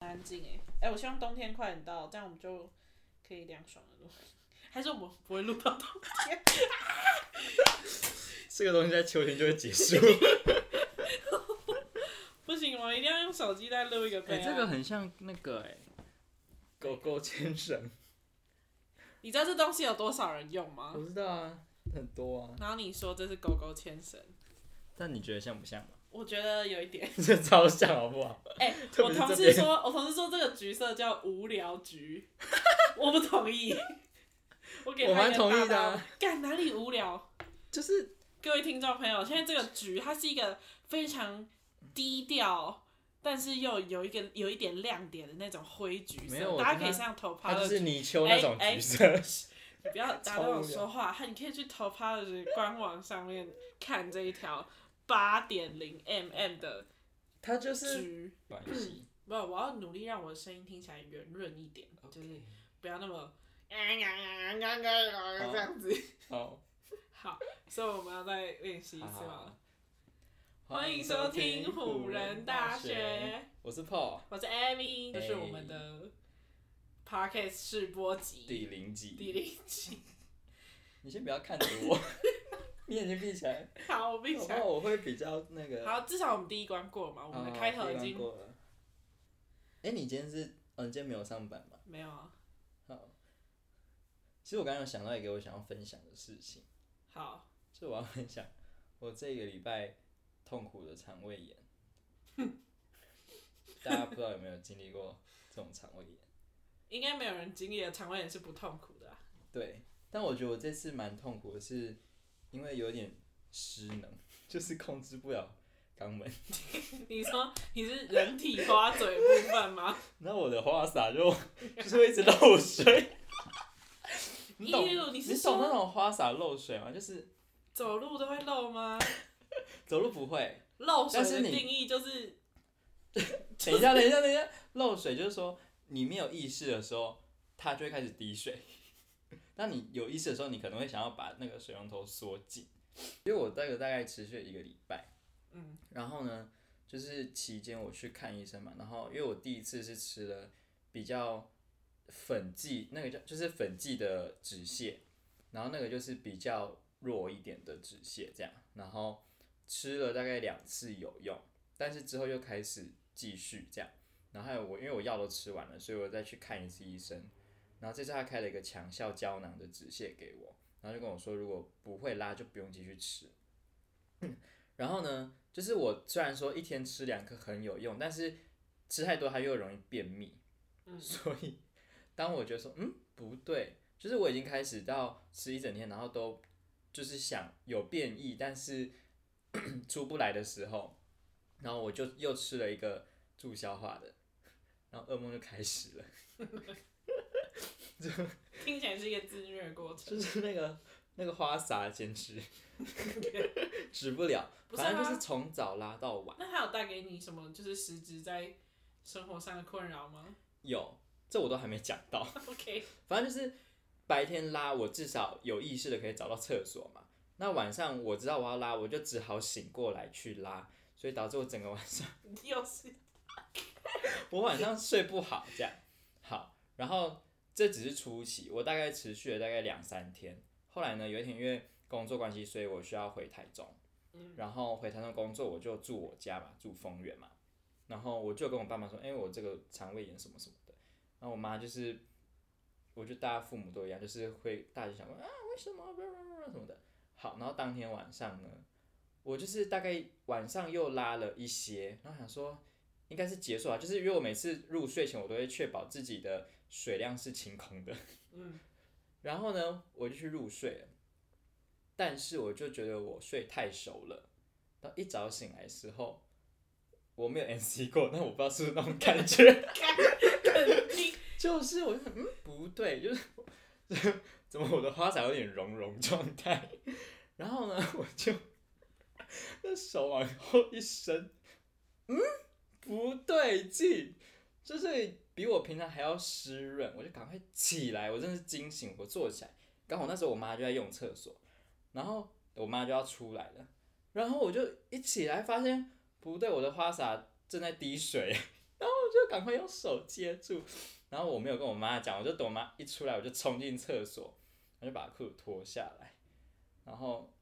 安静哎哎，我希望冬天快点到，这样我们就可以凉爽的录。 还是我们不会录到冬天？这个东西在秋天就会结 束。不行，我们一定要用手机再录一个备啊案。哎、这个很像那个哎、狗狗牵绳，你知道这东西有多少人用吗我？知道啊，很多啊。然后你说这是狗狗牵绳，但你觉得像不像吗？我觉得有一点。 这超像好不好？ 哎、特我别是同这事边说，我同事说这个橘色叫无聊 橘，我不同意。 我给我他蛮一个同意大的啊大的。干哪里无聊？就是各位听众朋友，现在这个橘它是一个非常低调，但是又有一个有一点亮点的那种灰橘没有色，我大家觉可得以它上头趴的它就橘是泥鳅那种橘色，你不要打超断无我聊说话，哈，你可以去头趴的官网上面看这一条八点零 mm 的 它就是橘。关系。不，我要努力让我的声音听起来圆润一点就是不要那么这样子。好，好，所以我们要再练嗯习一次吗？好欢迎收听虎人大学，我是 Paul，我是 Amy，这是我们哎的 Podcast 试播集第零第集。零集。你先不要看着 我，你眼睛闭起来，好，我并我且怕我会比较那个。好，至少我们第一关过啊嘛，我们的开头已哦一经般过了。哎、你今天是，哦，你今天没有上班吗？没有啊。好。其实我刚刚有想到一个我想要分享的事情，好，就我要分享我这个礼拜痛苦的肠胃炎。 大家不知道有没有经历过这种肠胃炎？应该没有人经历的肠胃炎是不痛苦的啊、对，但我觉得我这次蛮痛苦的是，因为有点失能， 就是控制不了肛门，你说你是人体花嘴部分吗？然后我的花洒 就就是会一直漏水。 你懂咦呦你是你懂那说种花洒漏水吗？就是走路都会漏吗？走路不会。漏水但的是你定义就是等一下，等一下，等一下，漏水就是说你没有意识的时候，它就会开始滴水。 那你有意识的时候，你可能会想要把那个水龙头缩紧。因为我这个大概持续了一个礼拜，嗯，然后呢，就是期间我去看医生嘛，然后因为我第一次是吃了比较粉剂，那个叫就是粉剂的止泻，然后那个就是比较弱一点的止泻这样，然后吃了大概两次有用，但是之后又开始继续这样，然后还有我因为我药都吃完了，所以我再去看一次医生，然后这次他开了一个强效胶囊的止泻给我，然后就跟我说如果不会拉就不用继续吃， 然后呢，就是我虽然说一天吃两颗很有用，但是吃太多它又容易便秘，嗯所以当我觉得说，嗯，不对，就是我已经开始到吃一整天，然后都就是想有变异，但是 出不来的时候，然后我就又吃了一个助消化的，然后噩梦就开始了，听起来是一个自虐的过程， 就是那个那个花洒坚持 止不了，不是反正吗就是啊从早拉到晚。那它有带给你什么就是实质在生活上的困扰吗 有，这我都还没讲到。 ？OK，反正就是白天拉，我至少有意识的可以找到厕所嘛。那晚上我知道我要拉，我就只好醒过来去拉，所以导致我整个晚上，又是 我晚上睡不好这样。好，然后这只是初期，我大概持续了大概两三天。后来呢，有一天因为工作关系，所以我需要回台中，然后回台中工作，我就住我家嘛，住丰原嘛。然后我就跟我爸妈说，哎、我这个肠胃炎什么什么的。然后我妈就是，我觉得大家父母都一样，就是会大家就想问啊，为什么不不不不什么的。好，然后当天晚上呢，我就是大概晚上又拉了一些，然后想说应该是结束啊，就是因为我每次入睡前我都会确保自己的水量是清空的。嗯。 然后呢，我就去入睡了，但是我就觉得我睡太熟了，到一早醒来的时候，我没有 NC 过，但我不知道是不是那种感觉。肯定就是我就想嗯不对，就是 怎么我的花洒有点融融状态，然后呢我就那手往后一伸，嗯不对劲，就是比我平常还要湿润，我就赶快起来，我真的是惊醒，我坐起来，刚好那时候我妈就在用厕所，然后我妈就要出来了，然后我就一起来发现不对，我的花洒正在滴水，然后我 就赶快用手接住。然后我没有跟我妈讲，我就等我妈一出来，我就冲进厕所，我就把裤子脱下来，然后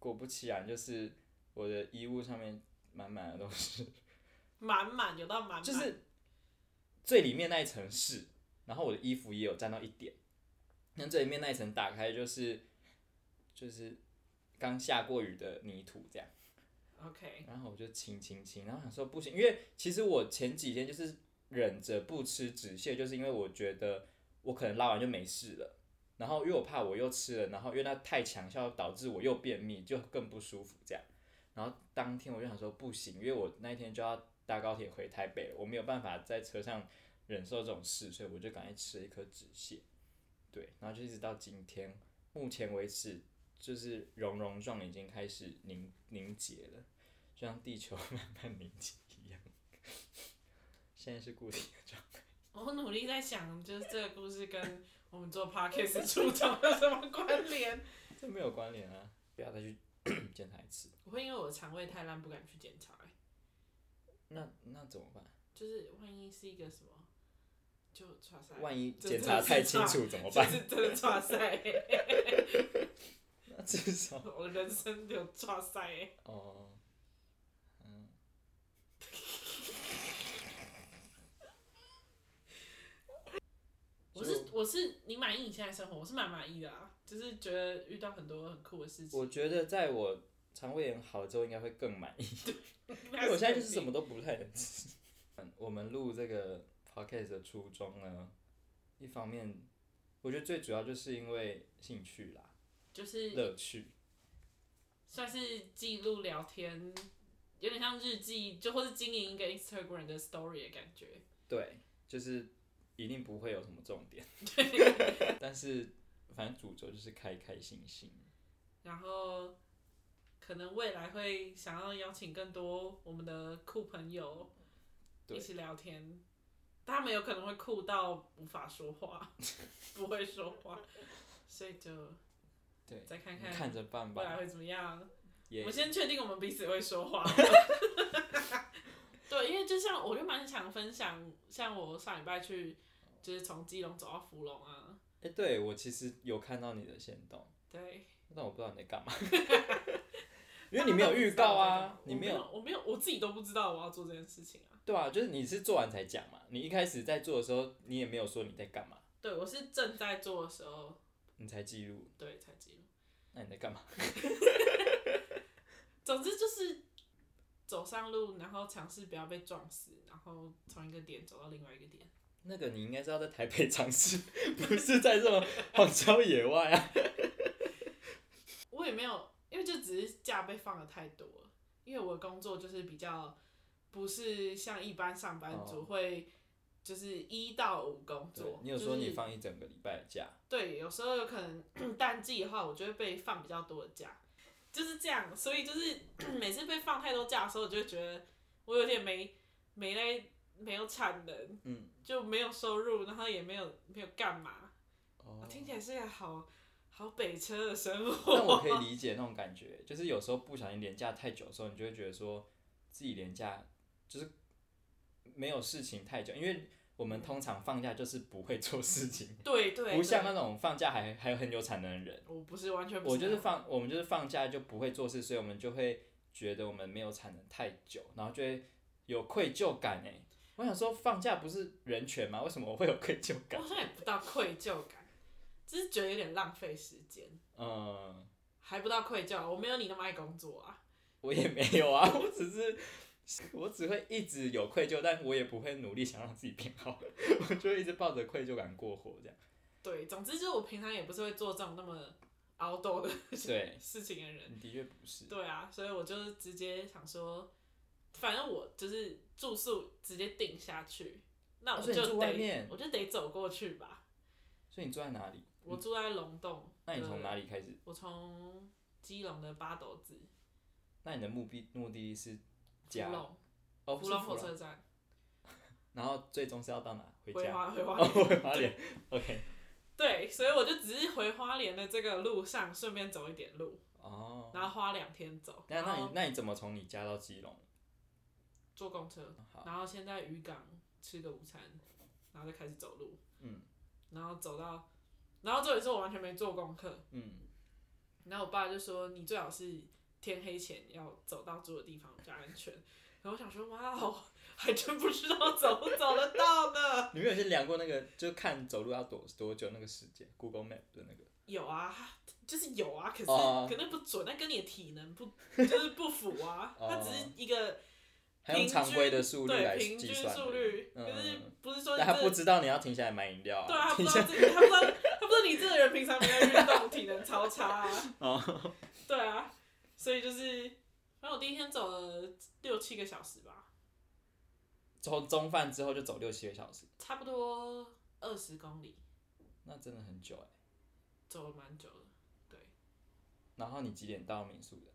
果不其然，就是我的衣物上面满满的都是，满满有到满满， 就是最里面那一层是，然后我的衣服也有沾到一点，那最里面那一层打开就是就是刚下过雨的泥土这样。 OK，然后我就清清清，然后想说不行，因为其实我前几天就是忍着不吃止泻，就是因为我觉得我可能拉完就没事了，然后因为我怕我又吃了，然后因为它太强效导致我又便秘，就更不舒服这样。然后当天我就想说不行，因为我那一天就要搭高铁回台北了，我没有办法在车上忍受这种事，所以我就赶快吃了一颗止泻，对，然后就一直到今天，目前为止就是溶溶状已经开始凝凝结了。就像地球慢慢凝结一样。现在是固体的状态，我努力在想，就是这个故事跟我们做 podcast 出场有什么关联？ 这没有关联啊！不要再去 检查一次。我会因为我的肠胃太烂不敢去检查、欸，那那怎么办？就是万一是一个什么，就抓塞，万一这检这查是太这清楚怎么办就？是真的抓塞、欸， 那至少我人生有抓塞、欸，哦，嗯，我所以是我是你满意你现在生活，我是蛮满意的啊，就是觉得遇到很多很酷的事情。我觉得在我肠胃炎好了之后，应该会更满意，因为我现在就是什么都不太能吃。嗯，我们录这个 podcast 的初衷呢，一方面我觉得最主要就是因为兴趣啦，就是乐趣。算是记录聊天，有点像日记，就或是经营一个 Instagram 的 story 的感觉。对，就是一定不会有什么重 点。但是反正主轴就是开开心心。然后可能未来会想要邀请更多我们的酷朋友对一起聊天，但他们有可能会酷到无法说话， 不会说话，所以就对，再看啊你看看着办未来吧。会怎么样。也我先确定我们彼此会说 话。对，因为就像我就蛮想分享，像我上礼拜去，就是从基隆走到福隆啊，哎、对我其实有看到你的行动，对，但我不知道你在干 嘛。因为你没有预告啊，你没没有我没有，我自己都不知道我要做这件事情啊。对啊，就是你是做完才讲嘛。你一开始在做的时候，你也没有说你在干嘛，对，我是正在做的时候，你才记录。对才记录。那你在干嘛？总之就是走上路，然后尝试不要被撞死，然后从一个点走到另外一个点。那个你应该是要在台北尝试， 不是在这种荒郊野外啊。我也没有，因为就只是假被放的太多了。因为我的工作就是比较不是像一般上班族会就是一到五工哦对作，，你有说就是你放一整个礼拜的假，对，有时候有可能淡季的话，我就会被放比较多的假，就是这样。所以就是每次被放太多假的时候，我就会觉得我有点没没来没有产能，嗯，就没有收入，然后也没有没有干嘛。哦我听起来是一个好好北车的生活。但我可以理解那种感觉，就是有时候不小心连假太久的时候，你就会觉得说自己连假就是没有事情太久，因为我们通常放假就是不会做 事情，对对，不像对那种放假还还很有产能的人，我不是啊完全不我就那是种放我们就是放假就不会做事，所以我们就会觉得我们没有产能太久，然后就会有愧疚感哎。我想说，放假不是人权吗？为什么我会有愧疚我感好？像也不到愧疚感，只是觉得有点浪费时间，嗯，还不到愧疚。我没有你那么爱工作啊，我也没有啊， 我只是我只会一直有愧疚，但我也不会努力想让自己变好， 我就会一直抱着愧疚感过活这样。对，总之就是我平常也不是会做这种那么凹斗的对，事情的人，的确不是。对啊，所以我就是直接想说，反正我就是住宿直接定下去，那哦我所以你就住外得、面我就得走过去吧。所以你住在哪里？我住在龙洞，嗯那你从哪里？里开始？我从基隆的八斗子，那你的目的目的地是福家隆，哦，福是隆福火隆车站，然后最终是要到哪？回回家。花回花 哦，回花莲。OK。对，所以我就只是回花莲的这个路上顺便走一点路，哦。然后花两天走，那然那你后那你怎么从你家到基隆？坐公车，好，然后先在渔港吃个午餐，然后就开始走路，嗯然后走到，然后这里是我完全没做功课，嗯，然后我爸就说你最好是天黑前要走到住的地方比较安全，然后我想说哇哦， 还真不知道走不走得到呢。 你们有去量过那个，就是看走路要多多久那个时间，Google Map 的那个。有啊，就是有啊，可是、哦可能不准，那跟你的体能不就是不符啊， 哦它只是一个还用常规的速率来对平计均算的，速率，嗯可是不是说你但他这不知道你要停下来买饮料、对啊，他不停知下道这个，他不知道他不知道你这个人平常没有运动， 体能超差啊，哦， 对啊，所以就是，反正我第一天走了六七个小时吧，从中饭之后就走六七个小时，差不多二十公里，那真的很久哎。走了蛮久的，对，然后你几点到民宿的？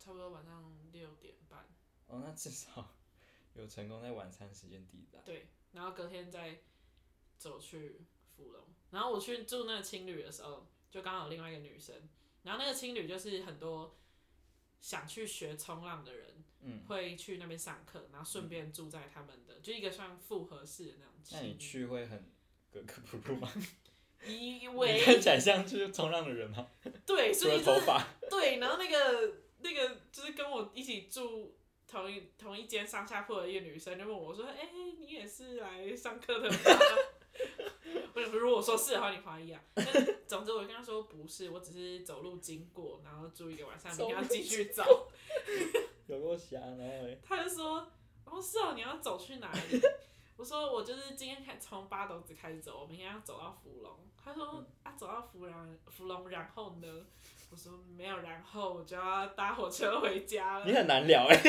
差不多晚上六点半，哦，那至少 有成功在晚餐时间抵达。对，然后隔天再走去芙蓉。然后我去住那个青旅的时候，就刚好有另外一个女生，然后那个青旅就是很多想去学冲浪的人，嗯，会去那边上课，然后顺便住在他们的，就一个算复合式的那种那你青旅。去会很格格不入吗？以你为看起来像去冲浪的人吗？对，除所以了就头是发，对，然后那个那个就是跟我一起住同一同一间上下铺的一个女生就问我说：“哎、你也是来上课的吗？” 我想说，如果说是的话，你怀疑啊。但是总之，我就跟她说不是，我只是走路经过，然后住一个晚上，明天要继续走。有够瞎，然后嘞，他就说：“哦，是哦，你要走去哪里？” 我说：“我就是今天开从八斗子开始走，我明天要走到芙蓉。”他说：“啊，走到芙蓉，芙蓉，然后呢？”我说：“没有，然后我就要搭火车回家了你。很难聊哎，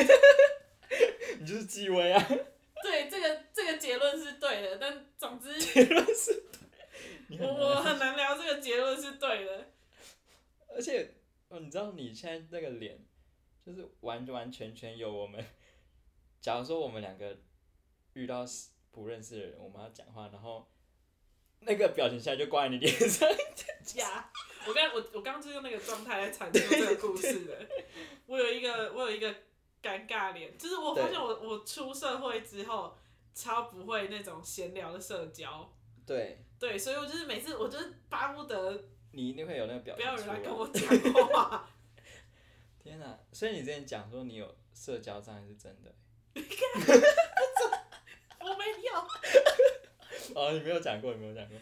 你就是纪薇啊，”对，这个这个结论是对的，但总之你我很难我很难聊这个结论是对的。而且，哦，你知道你现在那个脸，就是完完全全有我们。假如说我们两个遇到是不认识的人，我们要讲话，然后那个表情现在就挂在你脸上， 呀、我刚我我刚刚就是用那个状态来阐述这个故事的。我有一个我有一个尴尬脸，就是我发现我我出社会之后超不会那种闲聊的社交，对对，所以我就是每次我就是巴不得你一定会有那个表不情要有出人来来。跟我讲话。天哪、所以你之前讲说你有社交障碍是真的， 我没有，哦，你没有讲过，你没有讲过，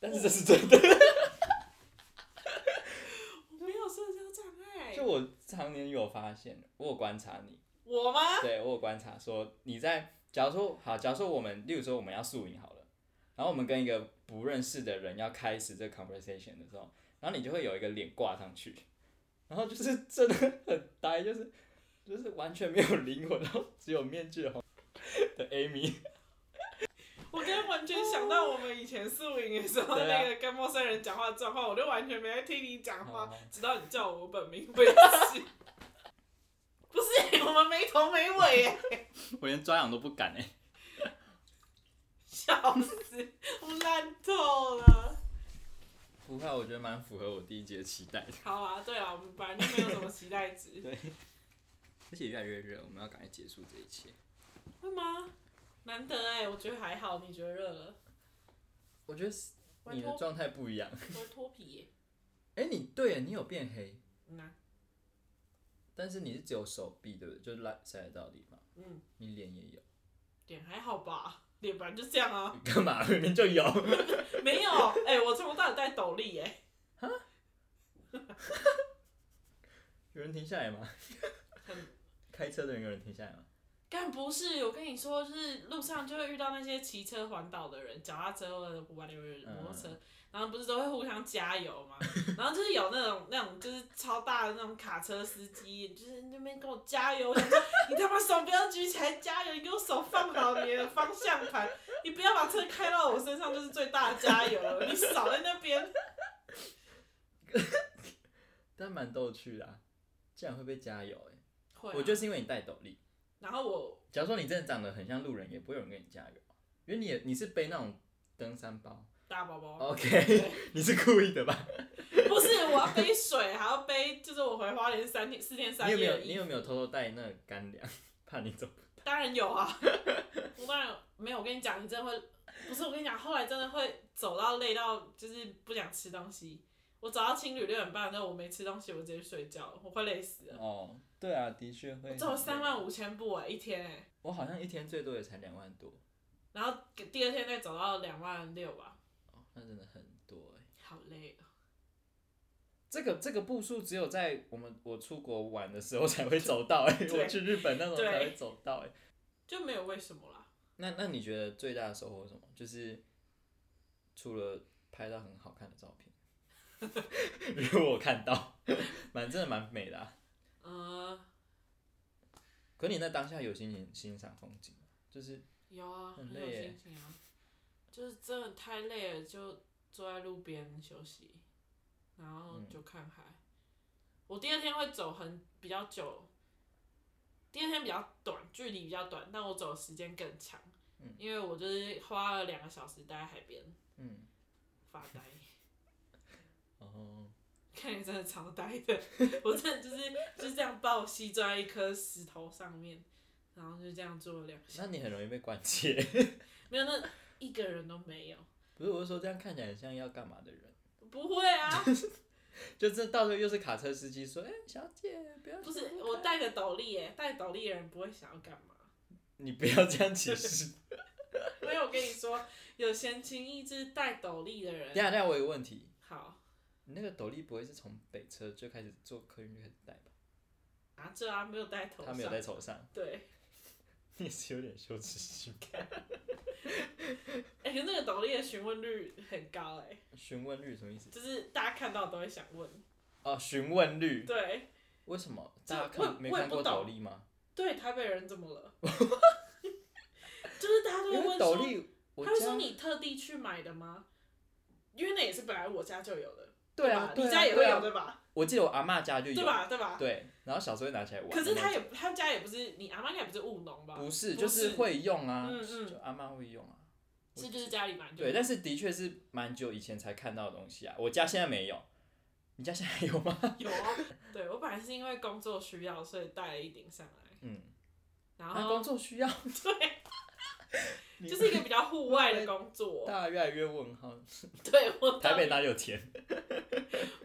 但是这是真的。我没有社交障碍就。我常年有发现，我有观察你，我吗？ 对我有观察说，你在假如说好，假如说我们，例如说我们要宿营好了，然后我们跟一个不认识的人要开始这个 conversation 的时候，然后你就会有一个脸挂上去，然后就是 真的很呆，就是就是完全没有灵魂，然后只有面具的红的 Amy，我刚刚完全想到我们以前宿营的时候对啊那个跟陌生人讲话的状况，我就完全没在听你讲话哦，直到你叫我本名为止。 不是，我们没头没尾耶，我连抓痒都不敢哎、 笑死，我们烂透了。不会啊，我觉得蛮符合我第一节的期待 的，好啊，对啊，我们本来就没有什么期待 值，而且越来越热，我们要赶快结束这一切。会吗？难得哎，我觉得还好，你觉得热了？我觉得是你的状态不一样，我会脱皮耶，哎、你对耶，你有变黑。嗯啊但是你是只有手臂对不对？就是拉晒得到的地方，嗯，你脸也有， 脸还好吧？脸本来就这样啊，你干嘛？明明就有。 没有哎，我从头到尾戴斗笠哎，有人停下来吗？ 很开车的人有人停下来吗？但不是，我跟你说，就是路上就会遇到那些骑车环岛的人，脚踏车或者玩嗯摩托车，然后不是都会互相加油嘛？然后就是有那种那种就是超大的那种卡车司机，就是那边跟我加油，我想说你他妈手不要举起来加油，你给我手放好你的方向盘，你不要把车开到我身上就是最大的加油了，你少在那边。但蛮逗趣的、啊，竟然会被加油哎、会啊、我觉得是因为你戴斗笠。然后我假如说你真的长得很像路人，也不会有人跟你加油，因为你也你是背那种登山包。大宝宝。哦 OK，你 是故意的吧？不是，我要背水，还要背，就是我回花莲三天四天你三有没夜有的你衣 有没有偷偷带那个干粮？怕你走不到。当然有啊，我当然有没有。我跟你讲，你真的会，不是我跟你讲，后来真的会走到累到，就是不想吃东西。我走到青旅六点半的时候，我没吃东西，我直接睡觉了，我快累死了。哦，对啊，的确会。走三万五千步哎、一天哎、我好像一天最多也才两万多，然后第二天再走到两万六吧，哦，那真的很多哎。好累哦。这个这个步数只有在我们我出国玩的时候才会走到 哎，对我去日本那种对才会走到哎。就没有为什么啦。那那你觉得最大的收获是什么？就是除了拍到很好看的照片， 因为我看到， 蛮真的蛮美的、啊。呃，可你那当下有心情欣赏风景吗就是有啊，很很累有耶心情啊，就是真的太累了，就坐在路边休息，然后嗯就看海。我第二天会走很比较久，第二天比较短，距离比较短，但我走的时间更长，因为我就是花了两个小时待在海边嗯，发呆。 哦，看你真的超呆的，我真的就是就是这样抱膝坐在一颗石头上面，然后就这样坐了两下，那你很容易被关切。 没有那一个人都没有，不是，我是说这样看起来很像要干嘛的人，不会啊，就这到时候又是卡车司机说：“哎、小姐，不要不走是开我戴个斗笠耶，戴斗笠的人不会想要干嘛？你不要这样歧视。因为我跟你说，有闲情逸致戴斗笠的等一人，下，等一下，我有个问题，好你那个斗笠不会是从北车就开始坐客运就开始戴吧？拿着啊，没有戴头他上，没有戴头上， 对，你也是有点羞耻心。哎、可是那个斗笠的询问率很高哎，询问率什么意思？就是大家看到都会想问，哦，询问率，对为什么这大我家看也没我也看不过懂斗笠吗？对，台北人怎么了？就是大家都会因问说为斗笠，我他会说家你特地去买的吗？因为那也是本来我家就有的，对啊，吧对你啊家也会对有啊对吧？我记得我阿嬷家就有，对吧？对吧？对，啊然后小时候会拿起来玩。可是他也他家也不是你阿妈应该不是务农吧？不是，不就是会用啊，嗯嗯就阿嬷会用啊。是就是家里买的对，但是的确是蛮久以前才看到的东西啊，我家现在没有。你家现在有吗？有 啊。对我本来是因为工作需要，所以带了一顶上来，嗯，然那后工作需要，哦 就是一个比较户外的工作。大家越来越问号。对我台北哪里有田？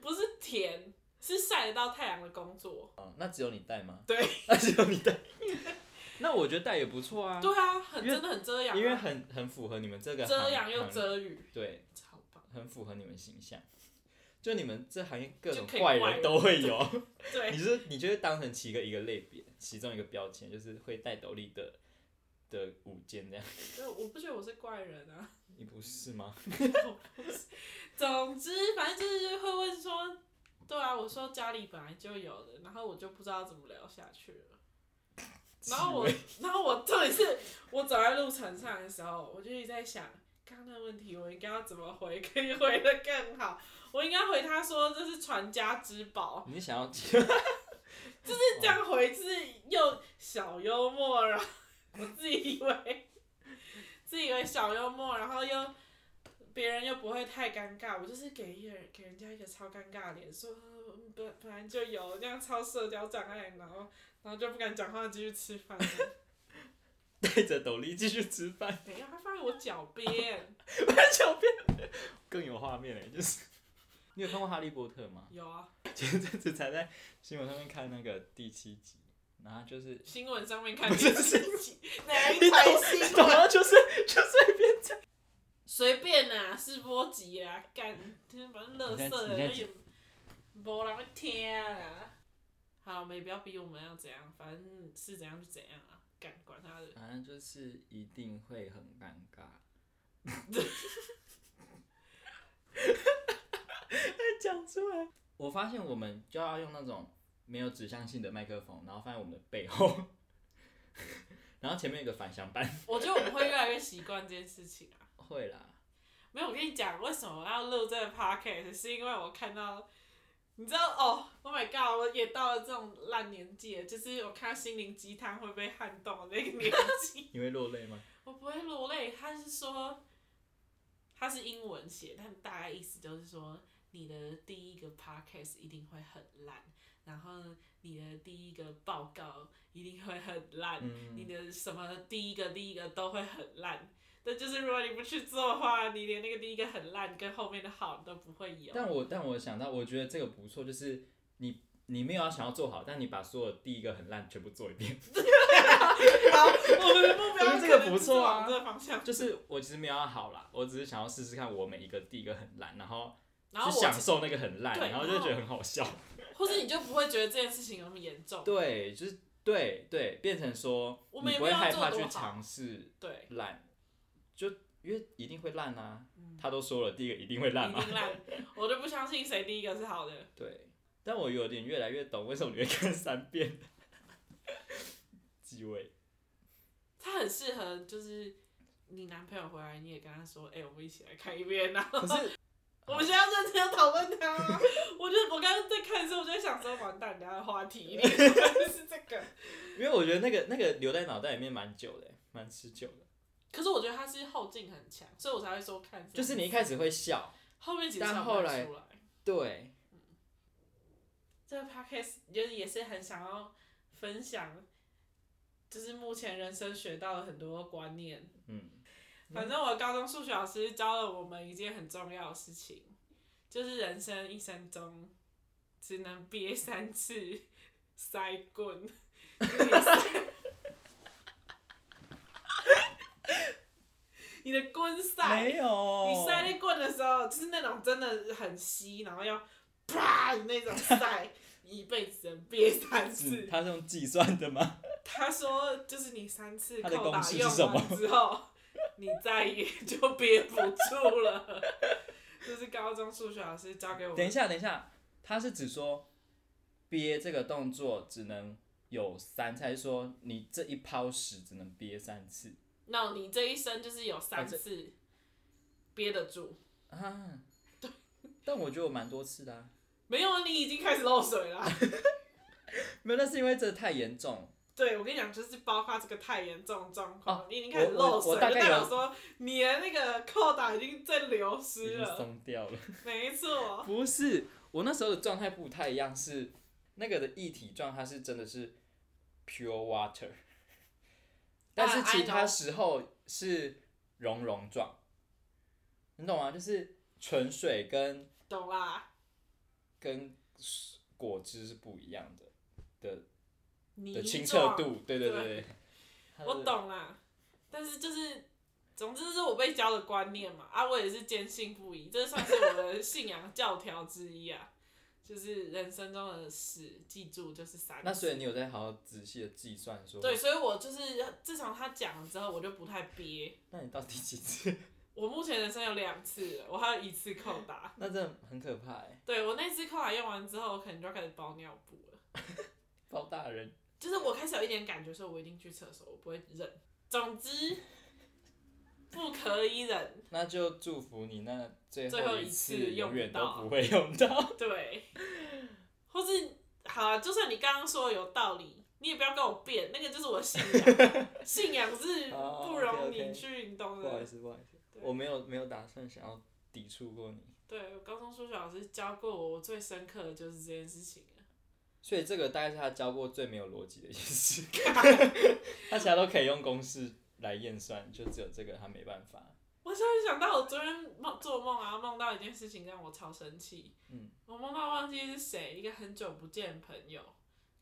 不是田，是晒得到太阳的工作。哦，那只有你带吗？对， 那只有你带。那我觉得带也不错啊，对啊，很因为真的很遮阳啊，因为很很符合你们这个遮行阳又行遮雨，对，超棒。很符合你们形象。就你们这行业各种就可以怪怪人人都会 有，对你是你就会当成其一个一个类别，其中一个标签就是会戴斗笠的的舞间这样，对，我不觉得我是怪人啊。 你不是吗？总之，反正就是会问说，对啊，我说家里本来就有的，然后我就不知道怎么聊下去了。 然后我气味， 然后我重点是，我走在路程上的时候，我就一直在想，刚刚那问题我应该要怎么回，可以回的更好。我应该回他说这是传家之宝，你想要 就是这样回，就是又小幽默，然后 我自己以为自己以为小幽默，然后又别人又不会太尴尬，我就是给一个人给人家一个超尴尬的脸，说嗯本本来就有这样超社交障碍，然后然后就不敢讲话，继续吃饭。戴着斗笠继续吃饭， 等一下，他放在我脚边，小便更有画面嘞，就是。你有看过《哈利波特》吗？有啊，前阵子才在新闻上面看那个第七集，然后就是 新闻上面看不是电视剧，哪一你懂台新懂闻？吗？就是就随便讲。随便啦、试播集啦，干，反正乐色的你在你在也无人会听啦。好，没必要逼我们要怎样，反正是怎样就怎样啊，干，管他的。反正就是一定会很尴尬。 讲出来。我发现我们就要用那种没有指向性的麦克风，然后放在我们的背后， 然后前面有个反向板。 我觉得我们会越来越习惯这件事情啊。会啦，没有，我跟你讲，为什么我要录这个 podcast，是因为我看到，你知道哦，Oh my god，我也到了这种烂年纪了，就是我看到心灵鸡汤会被撼动的那个年纪。你会落泪吗？我不会落泪，他是说，他是英文写，但大概意思就是说，你的第一个 podcast 一定会很烂，然后你的第一个报告一定会很烂，你的什么第一个第一个都会很烂。但就是如果你不去做的话，你连那个第一个很烂跟后面的好都不会有。但我但我想到，我觉得这个不错，就是你你没有要想要做好，但你把所有第一个很烂全部做一遍。 好，我们的目我觉标得这个可能不是错啊往这个方向。就是我其实没有要好啦，我只是想要试试看，我每一个第一个很烂，然后然后去我享受那个很烂，对然后就然后觉得很好笑。或者你就不会觉得这件事情有那么严重。对，就是对对，变成说我们你也不没会有害做怕多去好尝试对，烂，就因为一定会烂啊。嗯他都说了，第一个一定会烂一嘛。定烂，我就不相信谁第一个是好的。对，但我有点越来越懂为什么你会看三遍。 继位，他很适合，就是你男朋友回来，你也跟他说，哎、我们一起来看一遍啊。可是我们现在认真地讨论它啊。 我就我刚刚在看的时候，我就在想说，完蛋，等一下的话题一定 是这个。因为我觉得那个那个留在脑袋里面蛮久的，蛮持久的。可是我觉得他是后劲很强，所以我才会说看。就是你一开始会笑，后面几实想但不后出来来。对，这个 podcast 就是也是很想要分享，就是目前人生学到了很多观念。嗯，反正我高中数学老师教了我们一件很重要的事情，就是人生一生中只能憋三次塞棍。就是你塞你的棍塞，没有，你塞那棍的时候，就是那种真的很稀，然后要啪的那种塞，一辈子能憋三是次。嗯他是用计算的吗？他说，就是你三次他的扣打公式是什用么完之后， 你再也就憋不住了。 这是高中数学老师教给我等一们，下，等一下，他是指说憋这个动作只能有三次，还是说你这一泡屎只能憋三次那你这一生就是有啊三这次憋得住。啊？但我觉得我蛮多次的、啊，没有，啊，你已经开始漏水了。 没有，那是因为这太严重。对，我跟你讲，就是包括这个太严重的状况，哦你已经开始我我漏水，我就大代概表有说你的那个扣打已经在流已失经了。松掉了，没错，不是我那时候的状态不太一样，是那个的液体状，它是真的是 pure water，但是啊 I 其他 know 时候是溶溶状，你懂吗？就是纯水跟懂啦。跟果汁是不一样的的的泥清澈状，度，对对对，它我是懂啦。但是就是，总之是我被教的观念嘛，啊，我也是坚信不疑，这算是我的信仰教条之一啊。就是人生中的事，记住就是三那所以次。你有在好好仔细的计算说，对，，所以我就是自从他讲了之后，我就不太憋。那你到底几次？ 我目前人生有两次了，我还有一次扣打。那真的很可怕哎，对我那次扣打用完之后，我可能就要开始包尿布了。包大人。就是我开始有一点感觉，说我一定去厕所，我不会忍。总之，不可以忍。那就祝福你那最最后一一次永远用不都到不会用到。对，或是好啊，就算你刚刚说的有道理，你也不要跟我辩，那个就是我的信仰。信仰是哦不容 OK，OK 你去，你懂 不好的意。思，不好意思，对我没有没有打算想要抵触过你，对，我高中数学老师教过我，我最深刻的就是这件事情了。所以这个大概是他教过最没有逻辑的一件事， 他其他都可以用公式来验算，就只有这个他没办法。我突然想到，我昨天梦做梦啊，梦到一件事情让我超生气。嗯，我梦到忘记是谁，一个很久不见的朋友，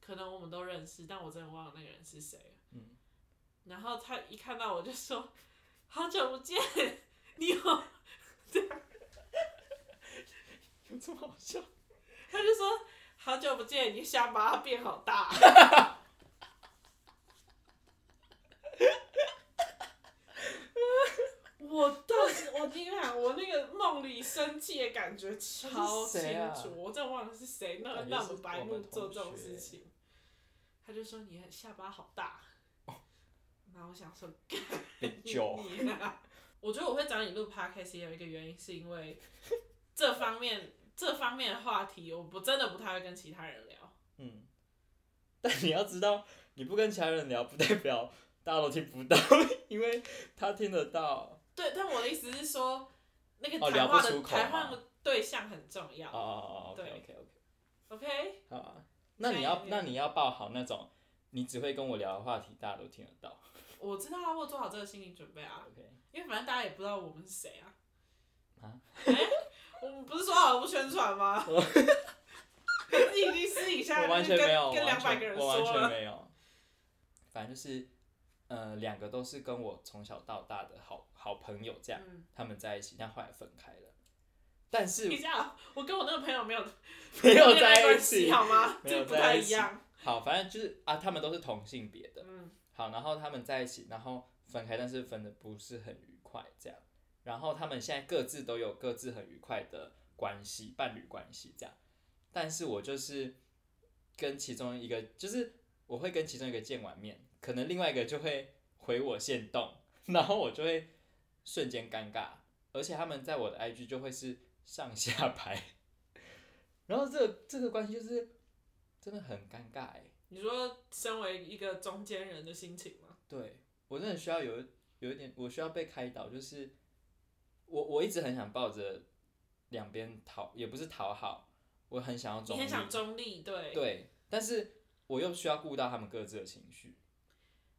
可能我们都认识，但我真的忘了那个人是谁了。嗯，然后他一看到我就说：“好久不见， 你有？”有这么好笑？他就说：“好久不见，你下巴变好大。” 我当时，我今天我那个梦里生气的感觉超他是清谁啊楚，我真的忘了是谁，那感觉那是么白我们目做同这种学事情。他就说你的下巴好大，哦然后我想说被你揪。你啊 我觉得我会找你录 podcast 也有一个原因，是因为 这方面这方面的话题，我不真的不太会跟其他人聊。嗯，但你要知道，你不跟其他人聊，不代表大家都听不到， 因为他听得到。对，但我的意思是说，那个哦谈聊不话的、出口谈嘛话的对象很重要。哦哦哦，OK 对 OK OK， OK，好啊，那你要现在那你要报好那种，你只会跟我聊的话题，大家都听得到。我知道啊，我有做好这个心理准备啊， OK，因为反正大家也不知道我们是谁啊。啊哎、我们不是说好不宣传 吗？你已经私底下我完就是全跟没有，跟完两百全个人我完说全了，没有。反正就是，呃，两个都是跟我从小到大的好好朋友，这样、嗯他们在一起，但后来分开了。但是等一下，我跟我那个朋友没有没有恋爱在一关系起，好吗？没有这不太在一一起样。好，反正就是啊，他们都是同性别的。嗯，好，然后他们在一起，然后分开，但是分的不是很愉快，这样。然后他们现在各自都有各自很愉快的关系，伴侣关系这样。但是我就是跟其中一个，就是我会跟其中一个见完面，可能另外一个就会回我线动， 然后我就会瞬间尴尬，而且他们在我的 IG 就会是上下排， 然后这个这个关系就是真的很尴尬哎、你说身为一个中间人的心情吗？对我真的需要有一有一点，我需要被开导，就是我我一直很想抱着两边讨，也不是讨好，我很想要你中很立，想中立，对。对，但是我又需要顾到他们各自的情绪，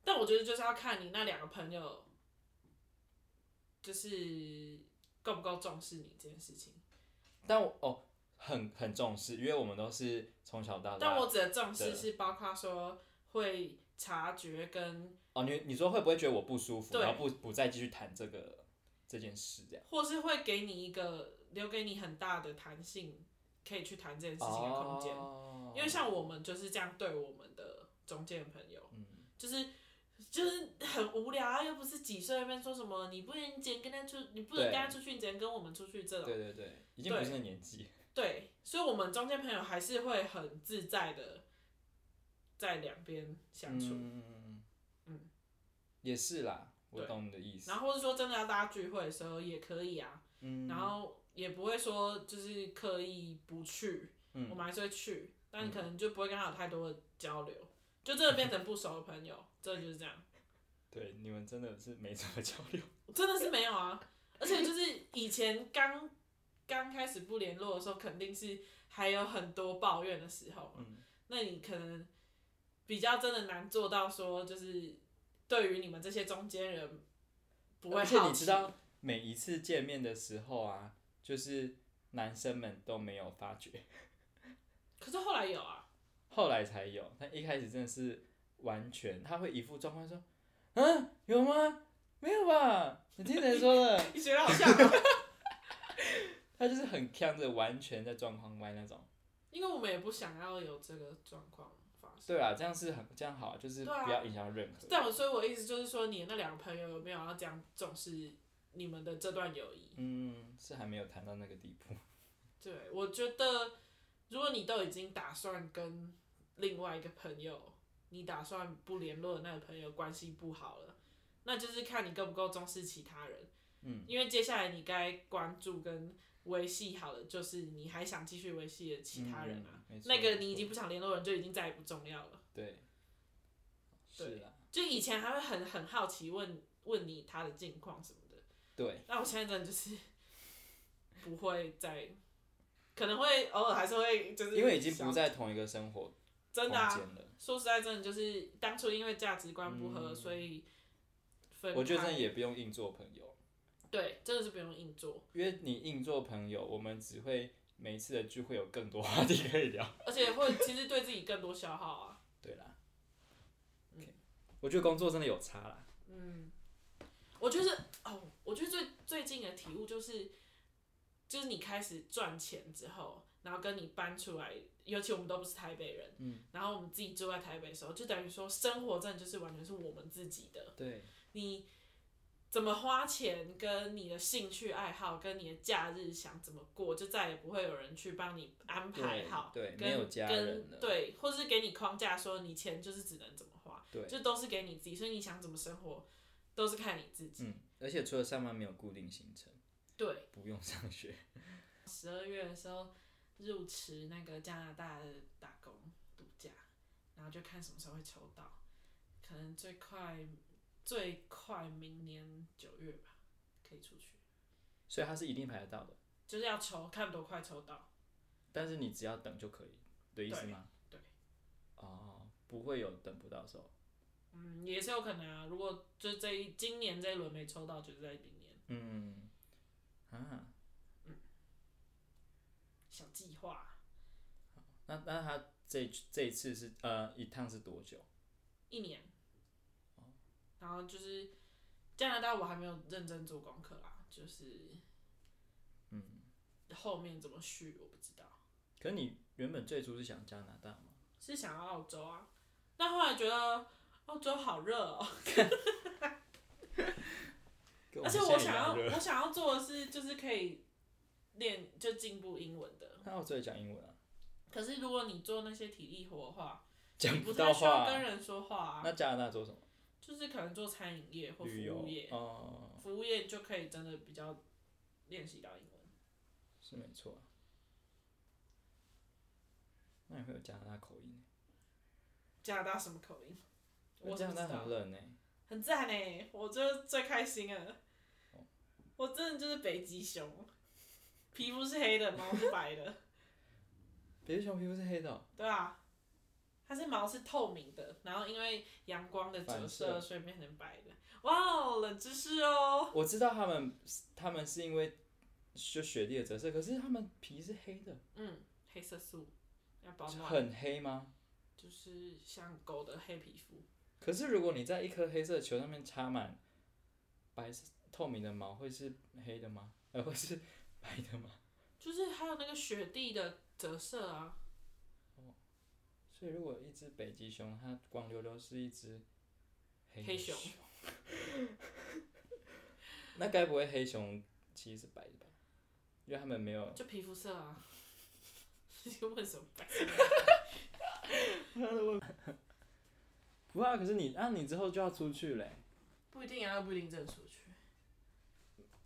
但我觉得就是要看你那两个朋友，就是够不够重视你这件事情。但我哦很很重视，因为我们都是从小到但大我指的重视对是包括说会察觉跟，哦，你你说会不会觉得我不舒服，对然后不不再继续谈这个这件事这样？或是会给你一个留给你很大的弹性，可以去谈这件事情的空间。哦因为像我们就是这样对我们的中间朋友，嗯就是就是很无聊啊，又不是几岁那边说什么你不能你只能跟他出，你不能跟对他出去，你只能跟我们出去这种。对对对，已经不对是那年纪，对，所以我们中间朋友还是会很自在的在两边相处，嗯，嗯也是啦，我对懂你的意思然。后或者说真的要大家聚会的时候也可以啊，嗯，然后也不会说就是刻意不去，嗯我们还是会去，但可能就不会跟他有太多的交流，就真的变成不熟的朋友，真的就是这样，对，你们真的是没怎么交流。真的是没有啊，而且就是以前刚刚开始不联络的时候，肯定是还有很多抱怨的时候嘛，嗯，那你可能比较真的难做到说，就是对于你们这些中间人不会而好且你奇知道，每一次见面的时候啊，就是男生们都没有发觉，可是后来有啊，后来才有。但一开始真的是完全，他会一副状况说：“嗯，有吗？没有吧？你听谁说的？” 你觉得好像、啊，他就是很呛着，完全在状况外那种。因为我们也不想要有这个状况发生。对啊，这样是很这样好，就是对啊不要影响到任何人。但我所以，我意思就是说，你那两个朋友有没有要这样重视你们的这段友谊？嗯，是还没有谈到那个地步。对，我觉得如果你都已经打算跟另外一个朋友，你打算不联络的那个朋友关系不好了，那就是看你够不够重视其他人。嗯，因为接下来你该关注跟维系好的，就是你还想继续维系的其他人啊。嗯没错那个你已经不想联络的人，就已经再也不重要了。对，是对啊，就以前还会很很好奇问问你他的近况什么的，对，那我现在真的就是不会再，可能会偶尔还是会就是因为已经想不在同一个生活空真间的啊。了。说实在，真的就是当初因为价值观不合，嗯所以分我觉得开真的也不用硬做朋友，对，真的是不用硬做。因为你硬做朋友，我们只会每一次的聚会有更多话题可以聊。 而且会其实对自己更多消耗啊。对啦，OK，我觉得工作真的有差啦。嗯，我就是哦，我觉得最最近的体悟就是，就是你开始赚钱之后，然后跟你搬出来，尤其我们都不是台北人，嗯，然后我们自己住在台北的时候，就等于说生活真的就是完全是我们自己的，对，你。怎么花钱，跟你的兴趣爱好，跟你的假日想怎么过，就再也不会有人去帮你安排对好，对跟没有家跟人了对，或是给你框架说你钱就是只能怎么花，对就都是给你自己，所以你想怎么生活都是看你自己。嗯，而且除了上班没有固定行程，对，不用上学。 十二月的时候入池那个加拿大的打工度假，然后就看什么时候会抽到，可能最快最快明年九月吧，可以出去，所以他是一定排得到的，就是要抽，看多快抽到。但是你只要等就可以的意思吗？哦对，不会有等不到手。嗯，也是有可能啊。如果就这一今年这一轮没抽到，就是在明年嗯，啊，小计划，那那他这这一次是呃一趟是多久？一年。哦然后就是加拿大，我还没有认真做功课啦，就是嗯，后面怎么续我不知道，可是你原本最初是想加拿大吗？是想要澳洲啊，但后来觉得澳洲好热哦、跟而且们我现在想一样要热我想要做的是就是可以练就进步英文的。那我只会讲英文啊，可是如果你做那些体力活的话，讲你不到太需要话跟啊。人说话啊，那加拿大做什么？就是可能做餐饮业或服旅游务业，哦，服务业就可以真的比较练习到英文。是没错啊。那你会有加拿大口音？加拿大什么口音？我加怎拿么知大道很？冷欸呢、很赞呢，我就最开心了。哦我真的就是北极熊，皮肤是黑的，毛是白的，北极熊皮肤是黑的哦、对啊，它是毛是透明的，然后因为阳光的折反射，射所以变成白的。哇哦，冷知识哦！我知道他们他们是因为就雪地的折射，可是他们皮是黑的，嗯，黑色素要保暖，很黑吗？就是像狗的黑皮肤。可是如果你在一颗黑色的球上面插满白色透明的毛，会是黑的吗？呃，会是白的吗？就是还有那个雪地的折射啊，所以如果一只北极熊，它光溜溜是一只黑的黑熊， 那该不会黑熊其实是白的吧？因为他们没有就皮肤色啊。 你问什么白色？不啊，可是你啊，你之后就要出去嘞、不一定啊，不一定真的出去。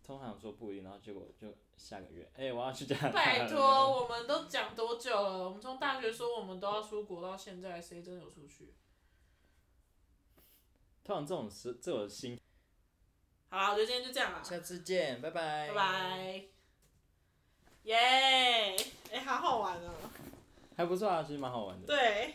通常说不一定，然后结果就下个月，哎、我要去加拿大。拜 托，，我们都讲多久了？我们从大学说我们都要出国到现在，谁真的有出去？通常这种事，这种心。好啦，我觉得今天就这样啦，下次见，拜拜。拜。拜。耶！哎，好好玩哦。哦还不错啊，其实蛮好玩的。对，